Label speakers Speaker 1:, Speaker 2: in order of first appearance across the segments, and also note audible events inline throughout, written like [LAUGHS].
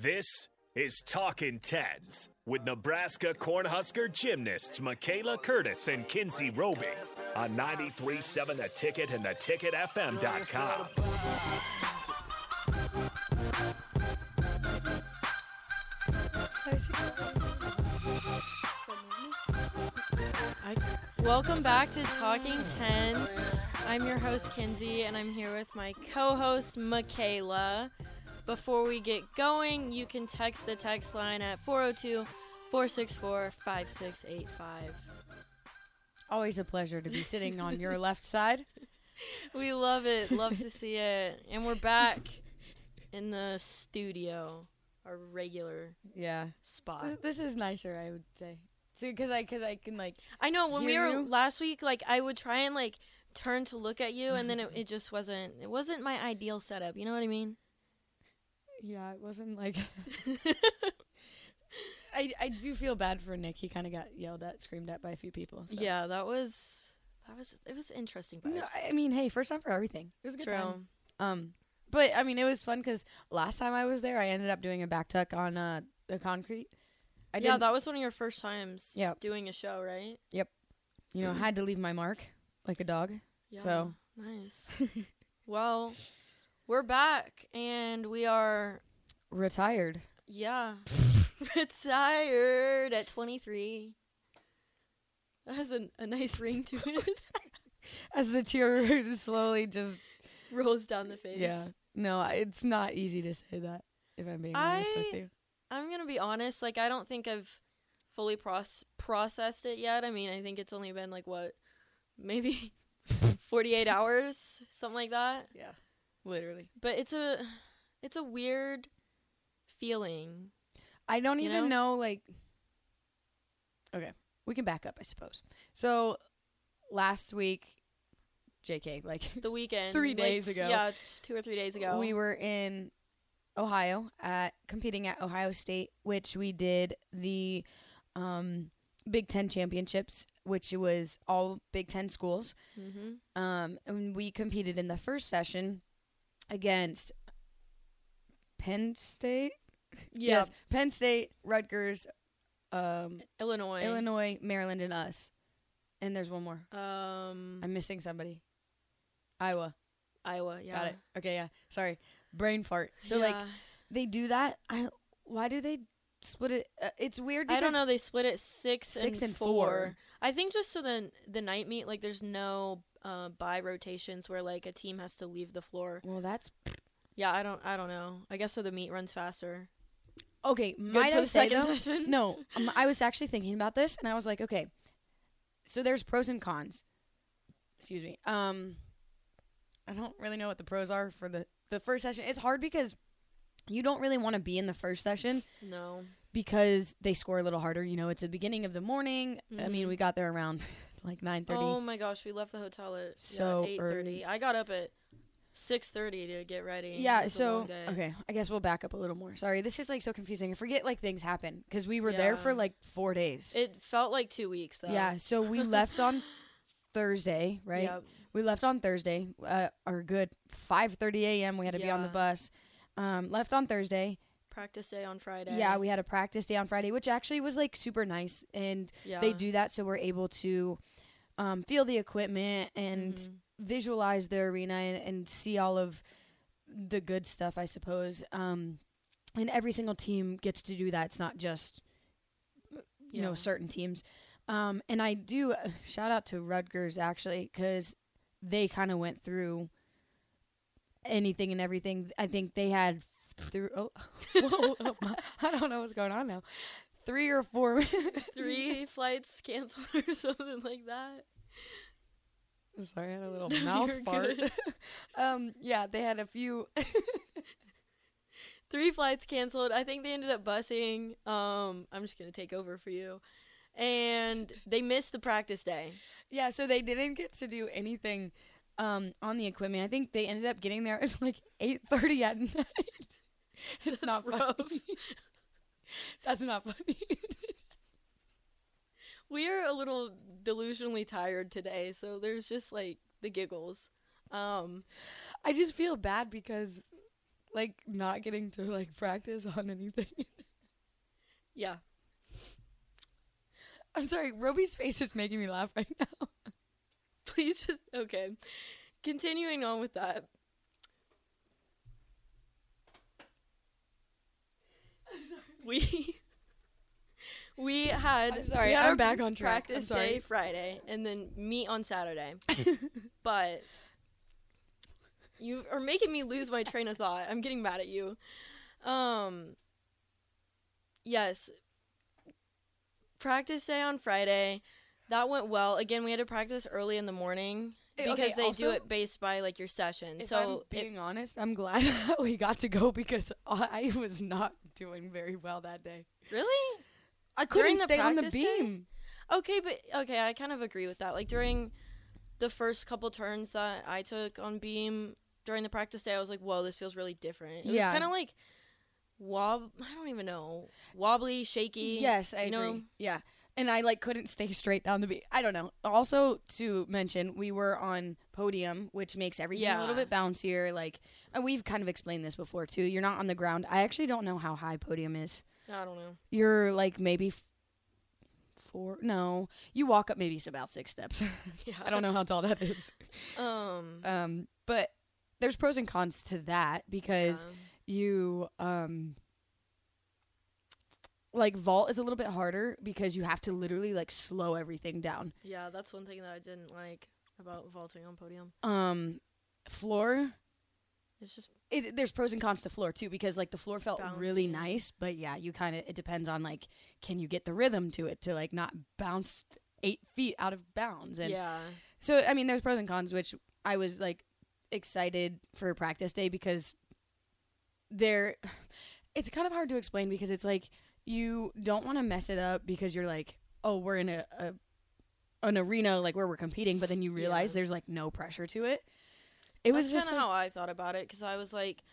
Speaker 1: This is Talkin' Tens with Nebraska Cornhusker gymnasts Michaela Curtis and Kinsey Roby on 93.7 The Ticket and theticketfm.com.
Speaker 2: I, welcome back to Talking Tens. I'm your host Kinsey, and I'm here with my co-host Michaela. Before we get going, you can text the text line at 402-464-5685.
Speaker 3: Always a pleasure to be sitting on [LAUGHS] your left side.
Speaker 2: We love it, love to see it, and we're back in the studio, our regular
Speaker 3: Yeah.
Speaker 2: spot.
Speaker 3: This is nicer, I would say. Because I, cause I can, like,
Speaker 2: I know when we
Speaker 3: Hear
Speaker 2: were
Speaker 3: you?
Speaker 2: last week, like I would try and like turn to look at you, and then it, it just wasn't. It wasn't my ideal setup. You know what I mean?
Speaker 3: yeah, it wasn't like. [LAUGHS] I, I do feel bad for Nick. He kind of got yelled at, screamed at by a few people. so.
Speaker 2: Yeah, that was that was it was interesting vibes.
Speaker 3: No, I- I mean, hey, first time for everything. It was a good
Speaker 2: True.
Speaker 3: time. Um, but I mean, it was fun because last time I was there, I ended up doing a back tuck on uh, the concrete. I
Speaker 2: yeah,
Speaker 3: didn't,
Speaker 2: that was one of your first times
Speaker 3: Yep.
Speaker 2: doing a show, right?
Speaker 3: you know, had to leave my mark like a dog.
Speaker 2: Yeah.
Speaker 3: So- [LAUGHS]
Speaker 2: nice. well, we're back and we are
Speaker 3: Retired. [LAUGHS]
Speaker 2: yeah retired at 23. That has a, a nice ring to it. [LAUGHS]
Speaker 3: As the tear [LAUGHS] slowly just
Speaker 2: Rolls down the face.
Speaker 3: Yeah. No, I- it's not easy to say that if I'm being honest with
Speaker 2: I-
Speaker 3: you.
Speaker 2: I'm gonna be honest. Like, I don't think I've fully proce- processed it yet. I mean, I think it's only been like what, maybe [LAUGHS] 48 hours, something like that.
Speaker 3: Yeah. Literally.
Speaker 2: But it's a, it's a weird feeling.
Speaker 3: I don't
Speaker 2: You
Speaker 3: even know? like Okay. We can back up, I suppose. So last week JK, like
Speaker 2: The weekend,
Speaker 3: Three
Speaker 2: like,
Speaker 3: days
Speaker 2: s-
Speaker 3: ago.
Speaker 2: Yeah, it's two or three days ago.
Speaker 3: we were in Ohio at competing at Ohio State, which we did the um Big 10 championships, which was all Big 10 schools.
Speaker 2: hmm
Speaker 3: Um, and we competed in the first session against Penn State.
Speaker 2: Yeah,
Speaker 3: Penn State, Rutgers, um,
Speaker 2: Illinois.
Speaker 3: Illinois, Maryland, and us. And there's one more.
Speaker 2: Um,
Speaker 3: I'm missing somebody. Iowa.
Speaker 2: Iowa. Yeah.
Speaker 3: Got it. Okay, yeah. Sorry. Brain fart. So like
Speaker 2: Yeah.
Speaker 3: they do that. I why do they split it? Uh, it's weird. Because
Speaker 2: I don't know. They split it six,
Speaker 3: Six
Speaker 2: and,
Speaker 3: and four.
Speaker 2: I think just so the the night meet, like there's no uh, buy rotations where like a team has to leave the floor.
Speaker 3: Well, that's
Speaker 2: Yeah, I don't, I don't know. I guess so. The meet runs faster.
Speaker 3: okay.
Speaker 2: Good
Speaker 3: Might
Speaker 2: for
Speaker 3: I
Speaker 2: the
Speaker 3: say
Speaker 2: second
Speaker 3: though,
Speaker 2: session. [LAUGHS]
Speaker 3: No, um, I was actually thinking about this, and I was like, okay, so there's pros and cons. Excuse me. Um, I don't really know what the pros are for the the first session. It's hard because you don't really want to be in the first session
Speaker 2: no.
Speaker 3: because they score a little harder. You know, it's the beginning of the morning. I mean,
Speaker 2: Mhm.
Speaker 3: we got there around [LAUGHS] like nine thirty.
Speaker 2: Oh my gosh, we left the hotel at
Speaker 3: So
Speaker 2: eight thirty.
Speaker 3: early.
Speaker 2: I got up at six thirty to get ready. It
Speaker 3: yeah.
Speaker 2: was a long
Speaker 3: So
Speaker 2: day.
Speaker 3: okay, I guess we'll back up a little more. Sorry, this is like so confusing. I forget like things happen because we were there
Speaker 2: Yeah.
Speaker 3: for like four days.
Speaker 2: It felt like two weeks though.
Speaker 3: Yeah. So we left
Speaker 2: [LAUGHS]
Speaker 3: on Thursday, right?
Speaker 2: Yep.
Speaker 3: We left on Thursday. Uh, our good 5:30 a.m. We had to be on the
Speaker 2: Yeah.
Speaker 3: bus. Um, left on Thursday.
Speaker 2: Practice day on Friday.
Speaker 3: Yeah, we had a practice day on Friday, which actually was like super nice, and
Speaker 2: yeah.
Speaker 3: they do that so we're able to um, feel the equipment and
Speaker 2: Mhm.
Speaker 3: visualize the arena and, and see all of the good stuff, I suppose. Um, and every single team gets to do that. It's not just you
Speaker 2: Yeah.
Speaker 3: know certain teams. Um, and I do shout out to Rutgers actually because they kind of went through anything and everything. I think they had through. Oh, whoa, oh my- I don't know what's going on now. Three or four. [LAUGHS]
Speaker 2: three flights canceled [LAUGHS] or something like that.
Speaker 3: Sorry, I had a little
Speaker 2: [LAUGHS] No,
Speaker 3: mouth
Speaker 2: you're
Speaker 3: fart. [LAUGHS]
Speaker 2: good.
Speaker 3: um, yeah, they had a few. [LAUGHS]
Speaker 2: three flights canceled. I think they ended up busing. Um, I'm just gonna take over for you.
Speaker 3: [LAUGHS]
Speaker 2: And they missed the practice day.
Speaker 3: Yeah, so they didn't get to do anything um, on the equipment. I think they ended up getting there at [LAUGHS] like eight thirty at night. [LAUGHS] It's
Speaker 2: [LAUGHS] That's
Speaker 3: not
Speaker 2: rough.
Speaker 3: funny. That's not funny. [LAUGHS]
Speaker 2: We are a little delusionally tired today, so there's just like the giggles. Um,
Speaker 3: I just feel bad because like not getting to like practice on anything. [LAUGHS]
Speaker 2: Yeah.
Speaker 3: I'm sorry, Roby's face is making me laugh right now.
Speaker 2: [LAUGHS] Please just okay. Continuing on
Speaker 3: [LAUGHS]
Speaker 2: with that. We we had
Speaker 3: I'm sorry,
Speaker 2: we had
Speaker 3: I'm
Speaker 2: our
Speaker 3: back on track. I'm
Speaker 2: practice
Speaker 3: sorry.
Speaker 2: day Friday and then meet
Speaker 3: [LAUGHS]
Speaker 2: on Saturday. but you are making me lose my train of thought. I'm getting mad at you. Um yes. Practice day on Friday. That went well. Again, we had to practice early in the morning
Speaker 3: Eh,
Speaker 2: because
Speaker 3: okay,
Speaker 2: they do
Speaker 3: also-
Speaker 2: it based by like your session.
Speaker 3: If
Speaker 2: So
Speaker 3: I'm
Speaker 2: it-
Speaker 3: being honest, I'm glad [LAUGHS] that we got to go because I was not doing very well that day.
Speaker 2: really?
Speaker 3: I
Speaker 2: During
Speaker 3: couldn't
Speaker 2: the
Speaker 3: stay on the
Speaker 2: practice day?
Speaker 3: beam.
Speaker 2: Okay, but okay, I kind of agree with that. Like during the first couple turns that I took on beam during the practice day, I was like, "Whoa, this feels really different." It was
Speaker 3: Yeah.
Speaker 2: kind of like wob. I don't even know. Wobbly, shaky.
Speaker 3: Yes, I
Speaker 2: you
Speaker 3: agree.
Speaker 2: know?
Speaker 3: Yeah. And I like couldn't stay straight down the beam. I don't know. Also to mention, we were on podium, which makes everything a little
Speaker 2: Yeah.
Speaker 3: bit bouncier. Like and we've kind of explained this before too. You're not on the ground. I actually don't know how high podium is.
Speaker 2: I
Speaker 3: [LAUGHS]
Speaker 2: don't know.
Speaker 3: You're like maybe f- four. No, you walk up maybe it's about six steps. [LAUGHS]
Speaker 2: Yeah,
Speaker 3: I don't know how tall that is.
Speaker 2: know. Um,
Speaker 3: Um, but there's pros and cons to that because
Speaker 2: yeah.
Speaker 3: you um like vault is a little bit harder because you have to literally like slow everything down.
Speaker 2: yeah, that's one thing that I didn't like about vaulting on podium.
Speaker 3: Um floor
Speaker 2: It's just
Speaker 3: it, there's pros and cons to floor too because like the floor felt really
Speaker 2: Bouncy.
Speaker 3: nice, but yeah, you kind of it depends on like can you get the rhythm to it to like not bounce 8 feet out of bounds and
Speaker 2: yeah,
Speaker 3: So I mean, there's pros and cons, which I was like excited for practice day because there, [SIGHS] it's kind of hard to explain because it's like you don't want to mess it up because you're like, oh, we're in a, a an arena like where we're competing, but then you realize
Speaker 2: Yeah.
Speaker 3: there's like no pressure to it. It was
Speaker 2: that's
Speaker 3: just
Speaker 2: kind of
Speaker 3: like,
Speaker 2: how I thought about it because I was like,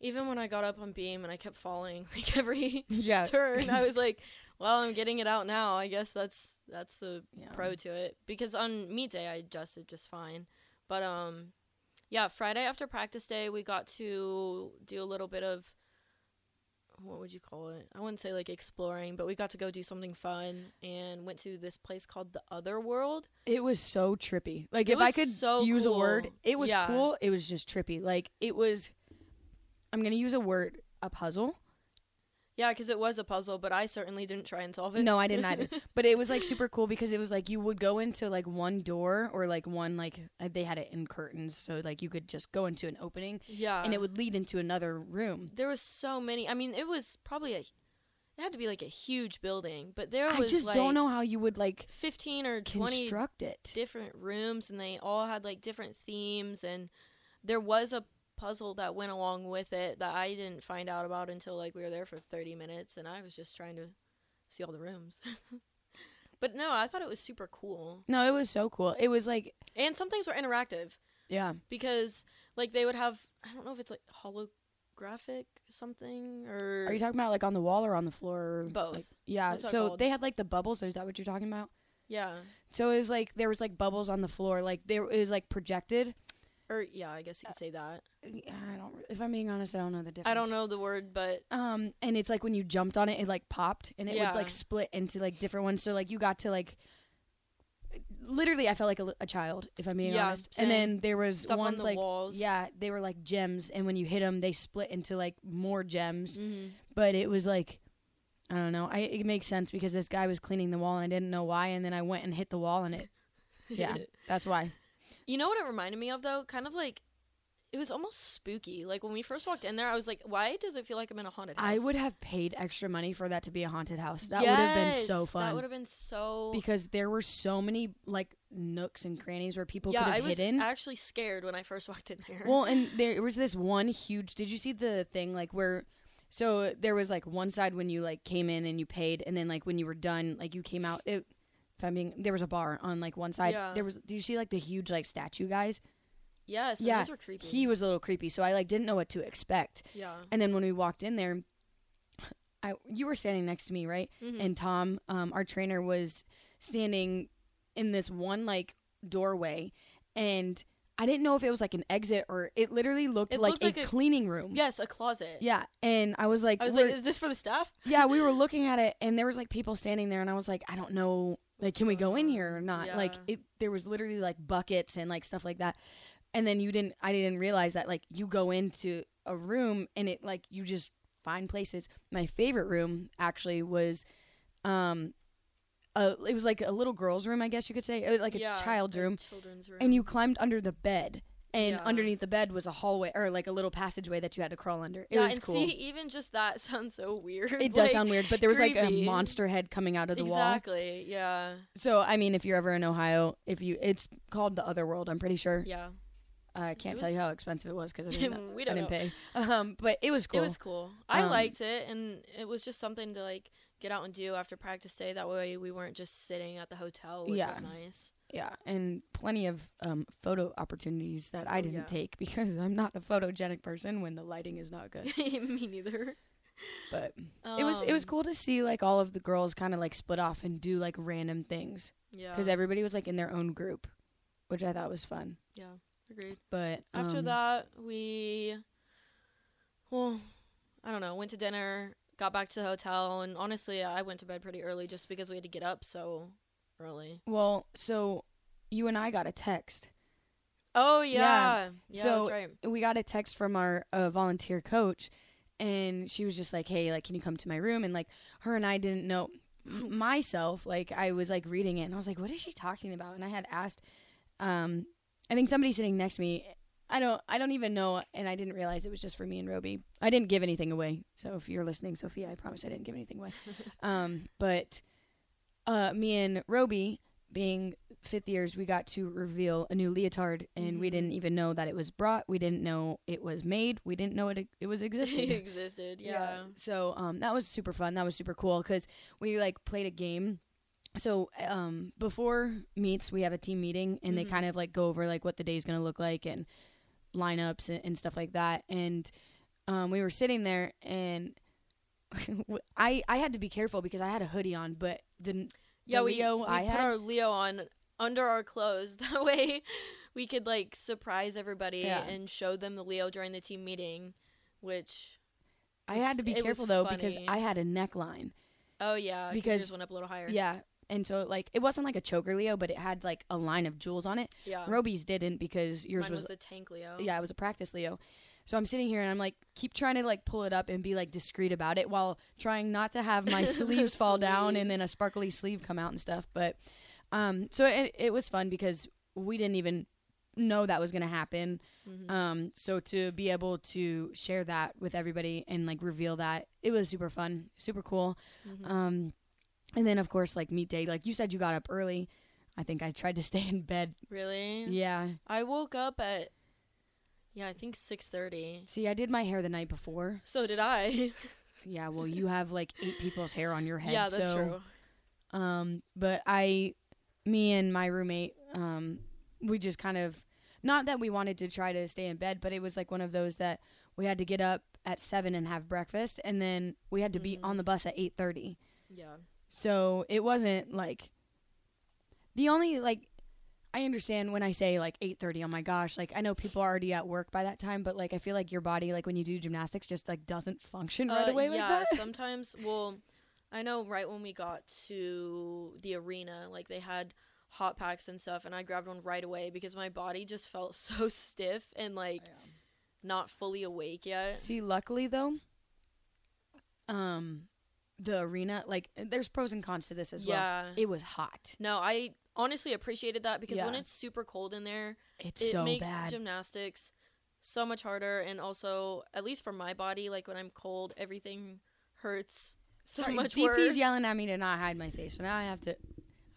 Speaker 2: even when I got up on beam and I kept falling, [LAUGHS] like every
Speaker 3: [LAUGHS] yeah,
Speaker 2: [LAUGHS] turn. I
Speaker 3: [LAUGHS]
Speaker 2: was like, well, I'm getting it out now. I guess that's that's the
Speaker 3: yeah.
Speaker 2: pro to it because on meet day I adjusted just fine. But um yeah, Friday after practice day we got to do a little bit of what would you call it? I wouldn't say like exploring, but we got to go do something fun and went to this place called the Other World.
Speaker 3: It was so trippy. Like
Speaker 2: It
Speaker 3: if I
Speaker 2: was
Speaker 3: could
Speaker 2: so
Speaker 3: use a word,
Speaker 2: cool.
Speaker 3: it was
Speaker 2: Yeah.
Speaker 3: cool. It was just trippy. Like it was. I'm gonna use a word, a puzzle.
Speaker 2: Yeah, because it was a puzzle, but I certainly didn't try and solve it.
Speaker 3: No, I didn't either.
Speaker 2: [LAUGHS]
Speaker 3: But it was like super cool because it was like you would go into like one door or like one like uh, they had it in curtains, so like you could just go into an opening
Speaker 2: yeah,
Speaker 3: and it would lead into another room.
Speaker 2: there was so many. I mean, it was probably a it had to be like a huge building, but there
Speaker 3: I
Speaker 2: was
Speaker 3: just
Speaker 2: like,
Speaker 3: don't know how you would like
Speaker 2: 15 or 20
Speaker 3: construct it.
Speaker 2: different rooms and they all had like different themes and there was a puzzle that went along with it that I didn't find out about until like we were there for 30 minutes and I was just trying to see all the rooms. [LAUGHS] but no, I thought it was super cool.
Speaker 3: No, it was so cool. It was like
Speaker 2: And some things were interactive
Speaker 3: yeah,
Speaker 2: because like they would have I don't know if it's like holographic something or
Speaker 3: are you talking about like on the wall or on the floor? Or,
Speaker 2: Both.
Speaker 3: like- yeah.
Speaker 2: What's that
Speaker 3: So
Speaker 2: called?
Speaker 3: they had like the bubbles. Is that what you're talking about?
Speaker 2: Yeah.
Speaker 3: So it was like there was like bubbles on the floor. Like there it was like projected.
Speaker 2: Or yeah, I guess you could say that.
Speaker 3: I don't. If I'm being honest, I don't know the difference.
Speaker 2: Uh, I don't know the word but
Speaker 3: um and it's like when you jumped on it it like popped and it
Speaker 2: Yeah.
Speaker 3: would like split into like different ones so like you got to like literally i felt like a, li- a child if i'm being
Speaker 2: Yeah,
Speaker 3: honest
Speaker 2: same.
Speaker 3: and then there was
Speaker 2: stuff
Speaker 3: ones
Speaker 2: on the
Speaker 3: like
Speaker 2: walls.
Speaker 3: yeah they were like gems and when you hit them they split into like more gems
Speaker 2: Mhm.
Speaker 3: but it was like i don't know i it makes sense because this guy was cleaning the wall and i didn't know why and then i went and hit the wall and it yeah
Speaker 2: [LAUGHS]
Speaker 3: that's why
Speaker 2: You know what it reminded me of though? Kind of like it was almost spooky. Like when we first walked in there, I was like, "Why does it feel like I'm in a haunted house?"
Speaker 3: i would have paid extra money for that to be a haunted house that would have been so
Speaker 2: Yes,
Speaker 3: fun
Speaker 2: That would have been so.
Speaker 3: because there were so many like nooks and crannies where people
Speaker 2: yeah,
Speaker 3: could
Speaker 2: I
Speaker 3: have
Speaker 2: was
Speaker 3: hidden.
Speaker 2: actually scared when I first walked in there.
Speaker 3: well, and there was this one huge. Did you see the thing like where? So there was like one side when you like came in and you paid, and then like when you were done, like you came out. It, if I'm being, there was a bar on like one side.
Speaker 2: Yeah.
Speaker 3: There was. Do you see like the huge like statue guys?
Speaker 2: yes, and
Speaker 3: yeah,
Speaker 2: those were creepy.
Speaker 3: He was a little creepy, so I like didn't know what to expect.
Speaker 2: yeah,
Speaker 3: And then when we walked in there, I you were standing next to me, right?
Speaker 2: Mhm.
Speaker 3: And Tom, um, our trainer, was standing in this one like doorway, and I didn't know if it was like an exit or it literally looked
Speaker 2: It
Speaker 3: like
Speaker 2: looked
Speaker 3: a
Speaker 2: like a-
Speaker 3: cleaning room.
Speaker 2: Yes, a closet.
Speaker 3: Yeah, and I was like,
Speaker 2: I was
Speaker 3: "We're-
Speaker 2: like, is this for the staff?
Speaker 3: yeah, we were looking at it, and there was like people standing there, and I was like, I don't know, like, can we go in here or not? Like,
Speaker 2: Yeah.
Speaker 3: it, there was literally like buckets and like stuff like that, and then you didn't, I didn't realize that like you go into a room and it like you just find places. My favorite room actually was, um, a, it was like a little girl's room, I guess you could say, it was like
Speaker 2: Yeah,
Speaker 3: a child's
Speaker 2: a
Speaker 3: room,
Speaker 2: Children's room.
Speaker 3: and you climbed under the bed. And
Speaker 2: Yeah.
Speaker 3: underneath the bed was a hallway or like a little passageway that you had to crawl under. It
Speaker 2: yeah,
Speaker 3: was
Speaker 2: and
Speaker 3: cool.
Speaker 2: see, even just that [LAUGHS] sounds so weird.
Speaker 3: It does
Speaker 2: Like,
Speaker 3: sound weird, but there was like a
Speaker 2: creepy.
Speaker 3: monster head coming out of the wall.
Speaker 2: Exactly. Yeah.
Speaker 3: So I mean, if you're ever in Ohio, if you, it's called the Other World. I'm pretty sure.
Speaker 2: Yeah.
Speaker 3: I can't tell you
Speaker 2: Yes.
Speaker 3: how expensive it was because I
Speaker 2: [LAUGHS]
Speaker 3: didn't,
Speaker 2: We
Speaker 3: I
Speaker 2: don't
Speaker 3: didn't
Speaker 2: know.
Speaker 3: pay. Um, but it was cool.
Speaker 2: It was cool. I
Speaker 3: Um,
Speaker 2: liked it, and it was just something to like get out and do after practice day. That way, we weren't just sitting at the hotel, which
Speaker 3: Yeah.
Speaker 2: was nice. [LAUGHS]
Speaker 3: yeah, and plenty of um, photo opportunities that I
Speaker 2: Oh,
Speaker 3: didn't
Speaker 2: yeah.
Speaker 3: take [LAUGHS] because I'm not a photogenic person when the lighting is not good.
Speaker 2: Me neither.
Speaker 3: But it was it was
Speaker 2: Um,
Speaker 3: cool to see like all of the girls kind of like split off and do like random things
Speaker 2: Yeah.
Speaker 3: because everybody was like in their own group, which I thought was fun.
Speaker 2: agreed.
Speaker 3: But
Speaker 2: After
Speaker 3: um,
Speaker 2: that, we, well, I don't know, went to dinner, got back to the hotel, and honestly, I went to bed pretty early just because we had to get up so early.
Speaker 3: Well, so you and I got a text.
Speaker 2: Oh yeah,
Speaker 3: Yeah.
Speaker 2: yeah, that's
Speaker 3: So-
Speaker 2: right.
Speaker 3: We got a text from our uh, volunteer coach, and she was just like, "Hey, like, can you come to my room?" And like, her and I didn't know m- myself. Like, I was like reading it, and I was like, "What is she talking about?" And I had asked, um, I think somebody sitting next to me. I don't, I don't even know, and I didn't realize it was just for me and Roby. I didn't give anything away. So if you're listening, Sophia, I promise I didn't give anything away. um, but uh, me and Roby, being fifth years, we got to reveal a new leotard, and we
Speaker 2: Mhm.
Speaker 3: didn't even know that it was brought. We didn't know it was made. We didn't know it it was
Speaker 2: [LAUGHS] It
Speaker 3: existed.
Speaker 2: existed, yeah.
Speaker 3: So um, that was super fun. That was super cool because we like played a game. So um, before meets, we have a team meeting, and
Speaker 2: Mhm.
Speaker 3: they kind of like go over like what the day's gonna look like and lineups and, and stuff like that. And um, we were sitting there, and [LAUGHS] I I had to be careful because I had a hoodie on, but the
Speaker 2: Yeah,
Speaker 3: the
Speaker 2: we,
Speaker 3: Leo
Speaker 2: we
Speaker 3: I
Speaker 2: put
Speaker 3: had-
Speaker 2: our Leo on under our clothes. [LAUGHS] That way, we could like surprise everybody
Speaker 3: Yeah.
Speaker 2: and show them the Leo during the team meeting. Which,
Speaker 3: I had to be
Speaker 2: It was
Speaker 3: careful though because
Speaker 2: funny.
Speaker 3: I had a neckline.
Speaker 2: oh yeah, because
Speaker 3: Because-
Speaker 2: yours went up a little higher.
Speaker 3: Yeah. And so like it wasn't like a choker Leo, but it had like a line of jewels on it.
Speaker 2: yeah.
Speaker 3: Roby's didn't because yours
Speaker 2: Mine
Speaker 3: was
Speaker 2: was, the tank Leo.
Speaker 3: yeah, it was a practice Leo. So I'm sitting here and I'm like, keep trying to like pull it up and be like discreet about it while trying not to have my
Speaker 2: The
Speaker 3: sleeves fall down
Speaker 2: sleeves.
Speaker 3: and then a sparkly sleeve come out and stuff. But um, so it, it was fun because we didn't even know that was going to happen.
Speaker 2: Mhm.
Speaker 3: Um, so to be able to share that with everybody and like reveal that, it was super fun, super cool.
Speaker 2: Mhm.
Speaker 3: Um, and then of course like meet day, like you said, you got up early. I think I tried to stay in bed.
Speaker 2: really?
Speaker 3: Yeah.
Speaker 2: I woke up at yeah, I think six thirty.
Speaker 3: See, I did my hair the night before.
Speaker 2: So did I. [LAUGHS]
Speaker 3: Yeah, well, you have like eight people's hair on your head.
Speaker 2: yeah, that's
Speaker 3: so,
Speaker 2: true.
Speaker 3: Um, but I, me and my roommate, um, we just kind of, not that we wanted to try to stay in bed, but it was like one of those that we had to get up at seven and have breakfast, and then we had to be
Speaker 2: Mhm.
Speaker 3: on the bus at eight thirty.
Speaker 2: Yeah.
Speaker 3: So it wasn't like the only like I understand when I say like 8:30 oh my gosh like I know people are already at work by that time but like I feel like your body like when you do gymnastics just like doesn't function right
Speaker 2: Uh,
Speaker 3: away like
Speaker 2: yeah,
Speaker 3: that. [LAUGHS]
Speaker 2: sometimes well I know right when we got to the arena, like they had hot packs and stuff and I grabbed one right away because my body just felt [LAUGHS] so stiff and like not fully awake yet.
Speaker 3: See, luckily though, um, the arena like there's pros and cons to this as well.
Speaker 2: yeah.
Speaker 3: It was hot.
Speaker 2: no, I honestly appreciated that because when
Speaker 3: Yeah.
Speaker 2: it's super cold in there,
Speaker 3: It's
Speaker 2: it
Speaker 3: so
Speaker 2: makes
Speaker 3: bad.
Speaker 2: gymnastics so much harder and also at least for my body like when i'm cold everything hurts so
Speaker 3: Sorry,
Speaker 2: much
Speaker 3: DP's
Speaker 2: worse
Speaker 3: yelling at me to not hide my face, so now I have to.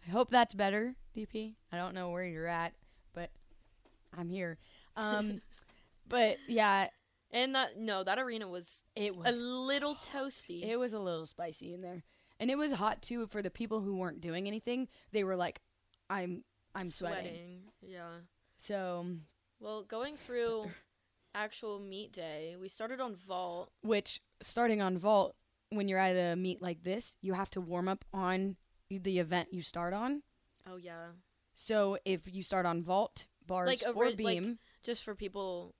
Speaker 3: I hope that's better, DP. I don't know where you're at, but I'm here.
Speaker 2: [LAUGHS]
Speaker 3: Um, but yeah,
Speaker 2: and that no that arena was
Speaker 3: it
Speaker 2: a
Speaker 3: was
Speaker 2: little toasty
Speaker 3: it was a little spicy in there, and it was hot too for the people who weren't doing anything. They were like, "I'm I'm sweating."
Speaker 2: yeah
Speaker 3: So,
Speaker 2: well
Speaker 3: [LAUGHS]
Speaker 2: going through actual meet day we started on vault
Speaker 3: which starting on vault, when you're at a meet like this, you have to warm up on the event you start on.
Speaker 2: oh yeah
Speaker 3: So if you start on vault, bars
Speaker 2: Like a
Speaker 3: or
Speaker 2: ri- like-
Speaker 3: beam.
Speaker 2: Just for people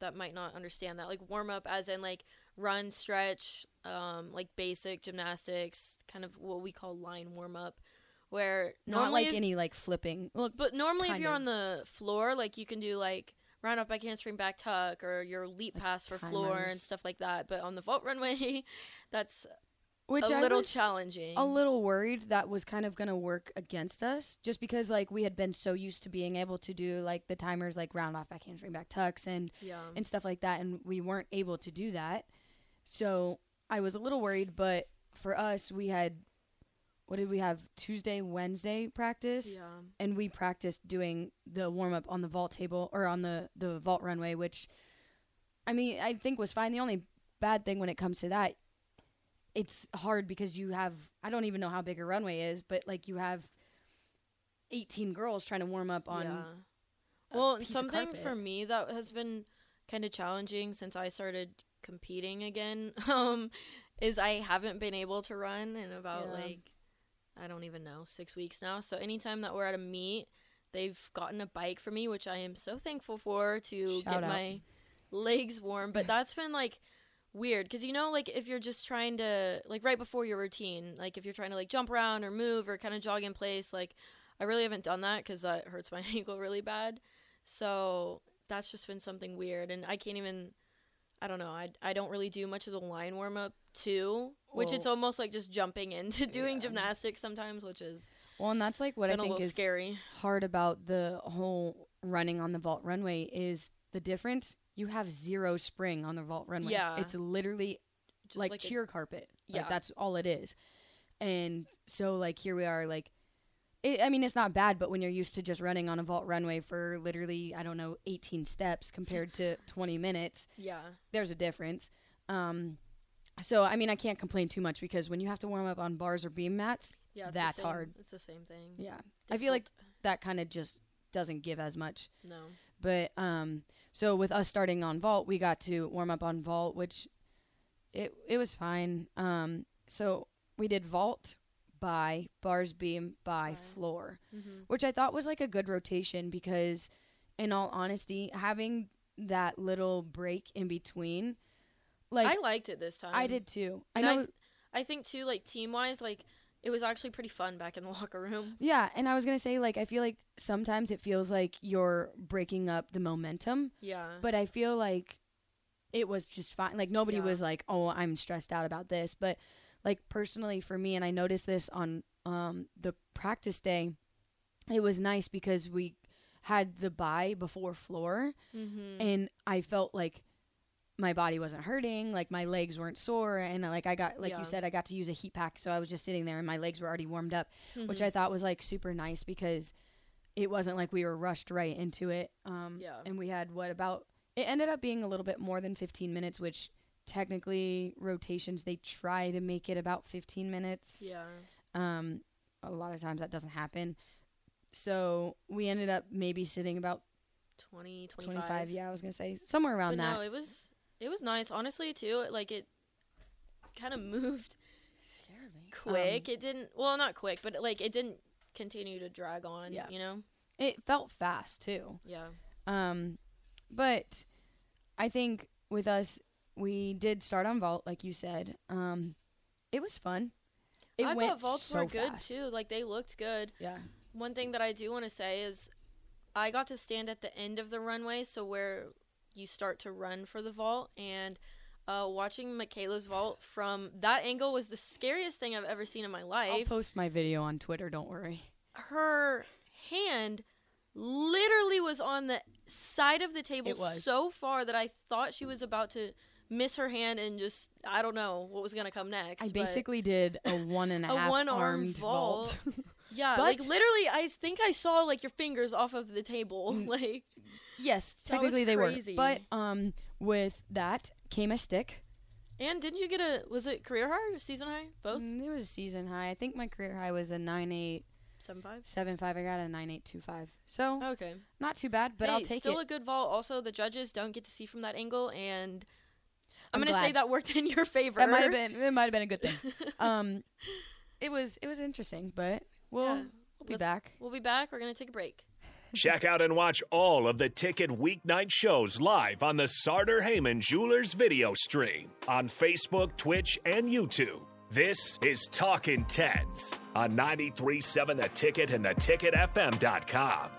Speaker 2: that might not understand that, like warm up, as in like run, stretch, um, like basic gymnastics, kind of what we call line warm up, where
Speaker 3: not
Speaker 2: normally
Speaker 3: like any like flipping. Well,
Speaker 2: But normally, if
Speaker 3: kind
Speaker 2: you're
Speaker 3: of.
Speaker 2: on the floor, like you can do like round up back handspring back tuck or your leap
Speaker 3: Like
Speaker 2: pass for floor and
Speaker 3: timers.
Speaker 2: stuff like that. But on the vault runway, [LAUGHS] that's
Speaker 3: which
Speaker 2: a
Speaker 3: I
Speaker 2: little
Speaker 3: was
Speaker 2: challenging.
Speaker 3: a little worried that was kind of going to work against us, just because like we had been so used to being able to do like the timers, like round off back handspring back tucks and
Speaker 2: yeah.
Speaker 3: and stuff like that, and we weren't able to do that. So I was a little worried, but for us, we had what did we have Tuesday, Wednesday practice?
Speaker 2: yeah.
Speaker 3: and we practiced doing the warm up on the vault table or on the the vault runway, which I mean I think was fine. The only bad thing when it comes to that, it's hard because you have I don't even know how big a runway is, but like you have eighteen girls trying to warm up on.
Speaker 2: yeah.
Speaker 3: a
Speaker 2: Well,
Speaker 3: piece of
Speaker 2: something
Speaker 3: carpet.
Speaker 2: for me that has been kind of challenging since I started competing again [LAUGHS] um, is I haven't been able to run in about
Speaker 3: Yeah.
Speaker 2: like I don't even know six weeks now. So anytime that we're at a meet, they've gotten a bike for me, which I am so thankful for to
Speaker 3: Shout
Speaker 2: get
Speaker 3: out.
Speaker 2: my legs warm. But that's been like weird because you know like if you're just trying to like right before your routine like if you're trying to like jump around or move or kind of jog in place like i really haven't done that because that hurts my [LAUGHS] ankle really bad so that's just been something weird and i can't even i don't know i, I don't really do much of the line warm up too which it's
Speaker 3: Well-
Speaker 2: almost like just jumping into [LAUGHS] doing
Speaker 3: Yeah.
Speaker 2: gymnastics sometimes which is
Speaker 3: Well, and that's like what
Speaker 2: been
Speaker 3: I
Speaker 2: a
Speaker 3: think
Speaker 2: little
Speaker 3: is
Speaker 2: scary
Speaker 3: hard about the whole running on the vault runway is the difference. You have zero spring on the vault runway.
Speaker 2: Yeah.
Speaker 3: it's literally
Speaker 2: just
Speaker 3: like,
Speaker 2: a-
Speaker 3: cheer carpet.
Speaker 2: Yeah.
Speaker 3: Like that's all it is. And so like here we are like it, I mean it's not bad but when you're used to just running on a vault runway for literally I don't know 18 steps compared
Speaker 2: [LAUGHS]
Speaker 3: to 20 minutes
Speaker 2: yeah
Speaker 3: there's a difference. Um so I mean I can't complain too much because when you have to warm up on bars or beam mats
Speaker 2: yeah it's the
Speaker 3: That's
Speaker 2: same-
Speaker 3: hard.
Speaker 2: it's the same thing
Speaker 3: yeah I feel like
Speaker 2: Difficult.
Speaker 3: that kind of just doesn't give as much
Speaker 2: no
Speaker 3: but um, so with us starting on vault, we got to warm up on vault, which it it was fine. Um, so we did vault by bars beam by
Speaker 2: By.
Speaker 3: floor,
Speaker 2: hmm
Speaker 3: which I thought was like a good rotation because, in all honesty, having that little break in between, like
Speaker 2: i liked it this time
Speaker 3: I, did too. I
Speaker 2: and I
Speaker 3: know,
Speaker 2: th- I think too, like team wise, like it was actually pretty fun back in the [LAUGHS] locker room.
Speaker 3: yeah. And I was gonna say like I feel like sometimes it feels like you're breaking up the momentum.
Speaker 2: Yeah.
Speaker 3: but I feel like it was just fine. Like nobody
Speaker 2: Yeah.
Speaker 3: was like, "Oh, I'm stressed out about this." But like personally for me, and I noticed this on um, the practice day, it was nice because we had the bye before floor,
Speaker 2: mm-hmm.
Speaker 3: and I felt like my body wasn't hurting, like my legs weren't sore, and like I got, like
Speaker 2: Yeah.
Speaker 3: you said, I got to use a heat pack, so I was just sitting there and my legs were already warmed up which
Speaker 2: Mm-hmm.
Speaker 3: I thought was like super nice because it wasn't like we were rushed right into it. Um,
Speaker 2: Yeah.
Speaker 3: And we had what about it ended up being a little bit more than 15 minutes, which technically rotations they try to make it about 15 minutes.
Speaker 2: yeah.
Speaker 3: Um, a lot of times that doesn't happen. So we ended up maybe sitting about
Speaker 2: 20, 25.
Speaker 3: 25. Yeah, I was gonna say somewhere
Speaker 2: But
Speaker 3: around that.
Speaker 2: no, it was it was nice, honestly. Too, it- like it kind of [LAUGHS] moved
Speaker 3: Um,
Speaker 2: quick. it didn't. Well, not quick, but like it didn't continue to drag on.
Speaker 3: Yeah.
Speaker 2: You know.
Speaker 3: it felt fast too.
Speaker 2: Yeah.
Speaker 3: Um, but I think with us, we did start on vault, like you said. Um, it was fun. It
Speaker 2: I
Speaker 3: went
Speaker 2: thought vaults
Speaker 3: so
Speaker 2: were good
Speaker 3: fast.
Speaker 2: too. Like they looked good.
Speaker 3: Yeah,
Speaker 2: One thing that I do want to say is I got to stand at the end of the runway, so where you start to run for the vault. And uh, watching Michaela's vault from that angle was the scariest thing I've ever seen in my
Speaker 3: I'll
Speaker 2: life.
Speaker 3: post my video on Twitter. Don't worry.
Speaker 2: Her hand literally was on the side of the table
Speaker 3: It was.
Speaker 2: so far that I thought she was about to miss her hand and just, I don't know what was going to come next.
Speaker 3: I
Speaker 2: but-
Speaker 3: basically did a one and a,
Speaker 2: [LAUGHS] A
Speaker 3: half
Speaker 2: one-arm
Speaker 3: armed [LAUGHS] vault.
Speaker 2: Yeah,
Speaker 3: but-
Speaker 2: like literally, I think I saw like your fingers off of the table.
Speaker 3: Mm.
Speaker 2: [LAUGHS] Like,
Speaker 3: yes,
Speaker 2: That was
Speaker 3: technically they were,
Speaker 2: crazy.
Speaker 3: but um, with that came a stick.
Speaker 2: And didn't you get a was it career high or season high? Both
Speaker 3: Mm, It was a season high. I think my career high was a nine eight
Speaker 2: seven five.
Speaker 3: seven five. I got a nine eight two five. So
Speaker 2: Okay,
Speaker 3: not too bad, but
Speaker 2: Oh. Hey,
Speaker 3: I'll take
Speaker 2: still
Speaker 3: it.
Speaker 2: a good vault. Also, the judges don't get to see from that angle, and I'm,
Speaker 3: I'm
Speaker 2: gonna say
Speaker 3: glad.
Speaker 2: that worked [LAUGHS] in your favor.
Speaker 3: That might have been. It might have been a good thing.
Speaker 2: [LAUGHS]
Speaker 3: um, it was it was interesting, but we'll
Speaker 2: Yeah.
Speaker 3: we'll be
Speaker 2: Let's-
Speaker 3: back.
Speaker 2: We'll be back. We're gonna take a break.
Speaker 1: Check out and watch all of the Ticket weeknight shows live on the Sartor Heyman Jewelers video stream on Facebook, Twitch, and YouTube. This is Talkin' Tens on 93.7 The Ticket and theticketfm.com.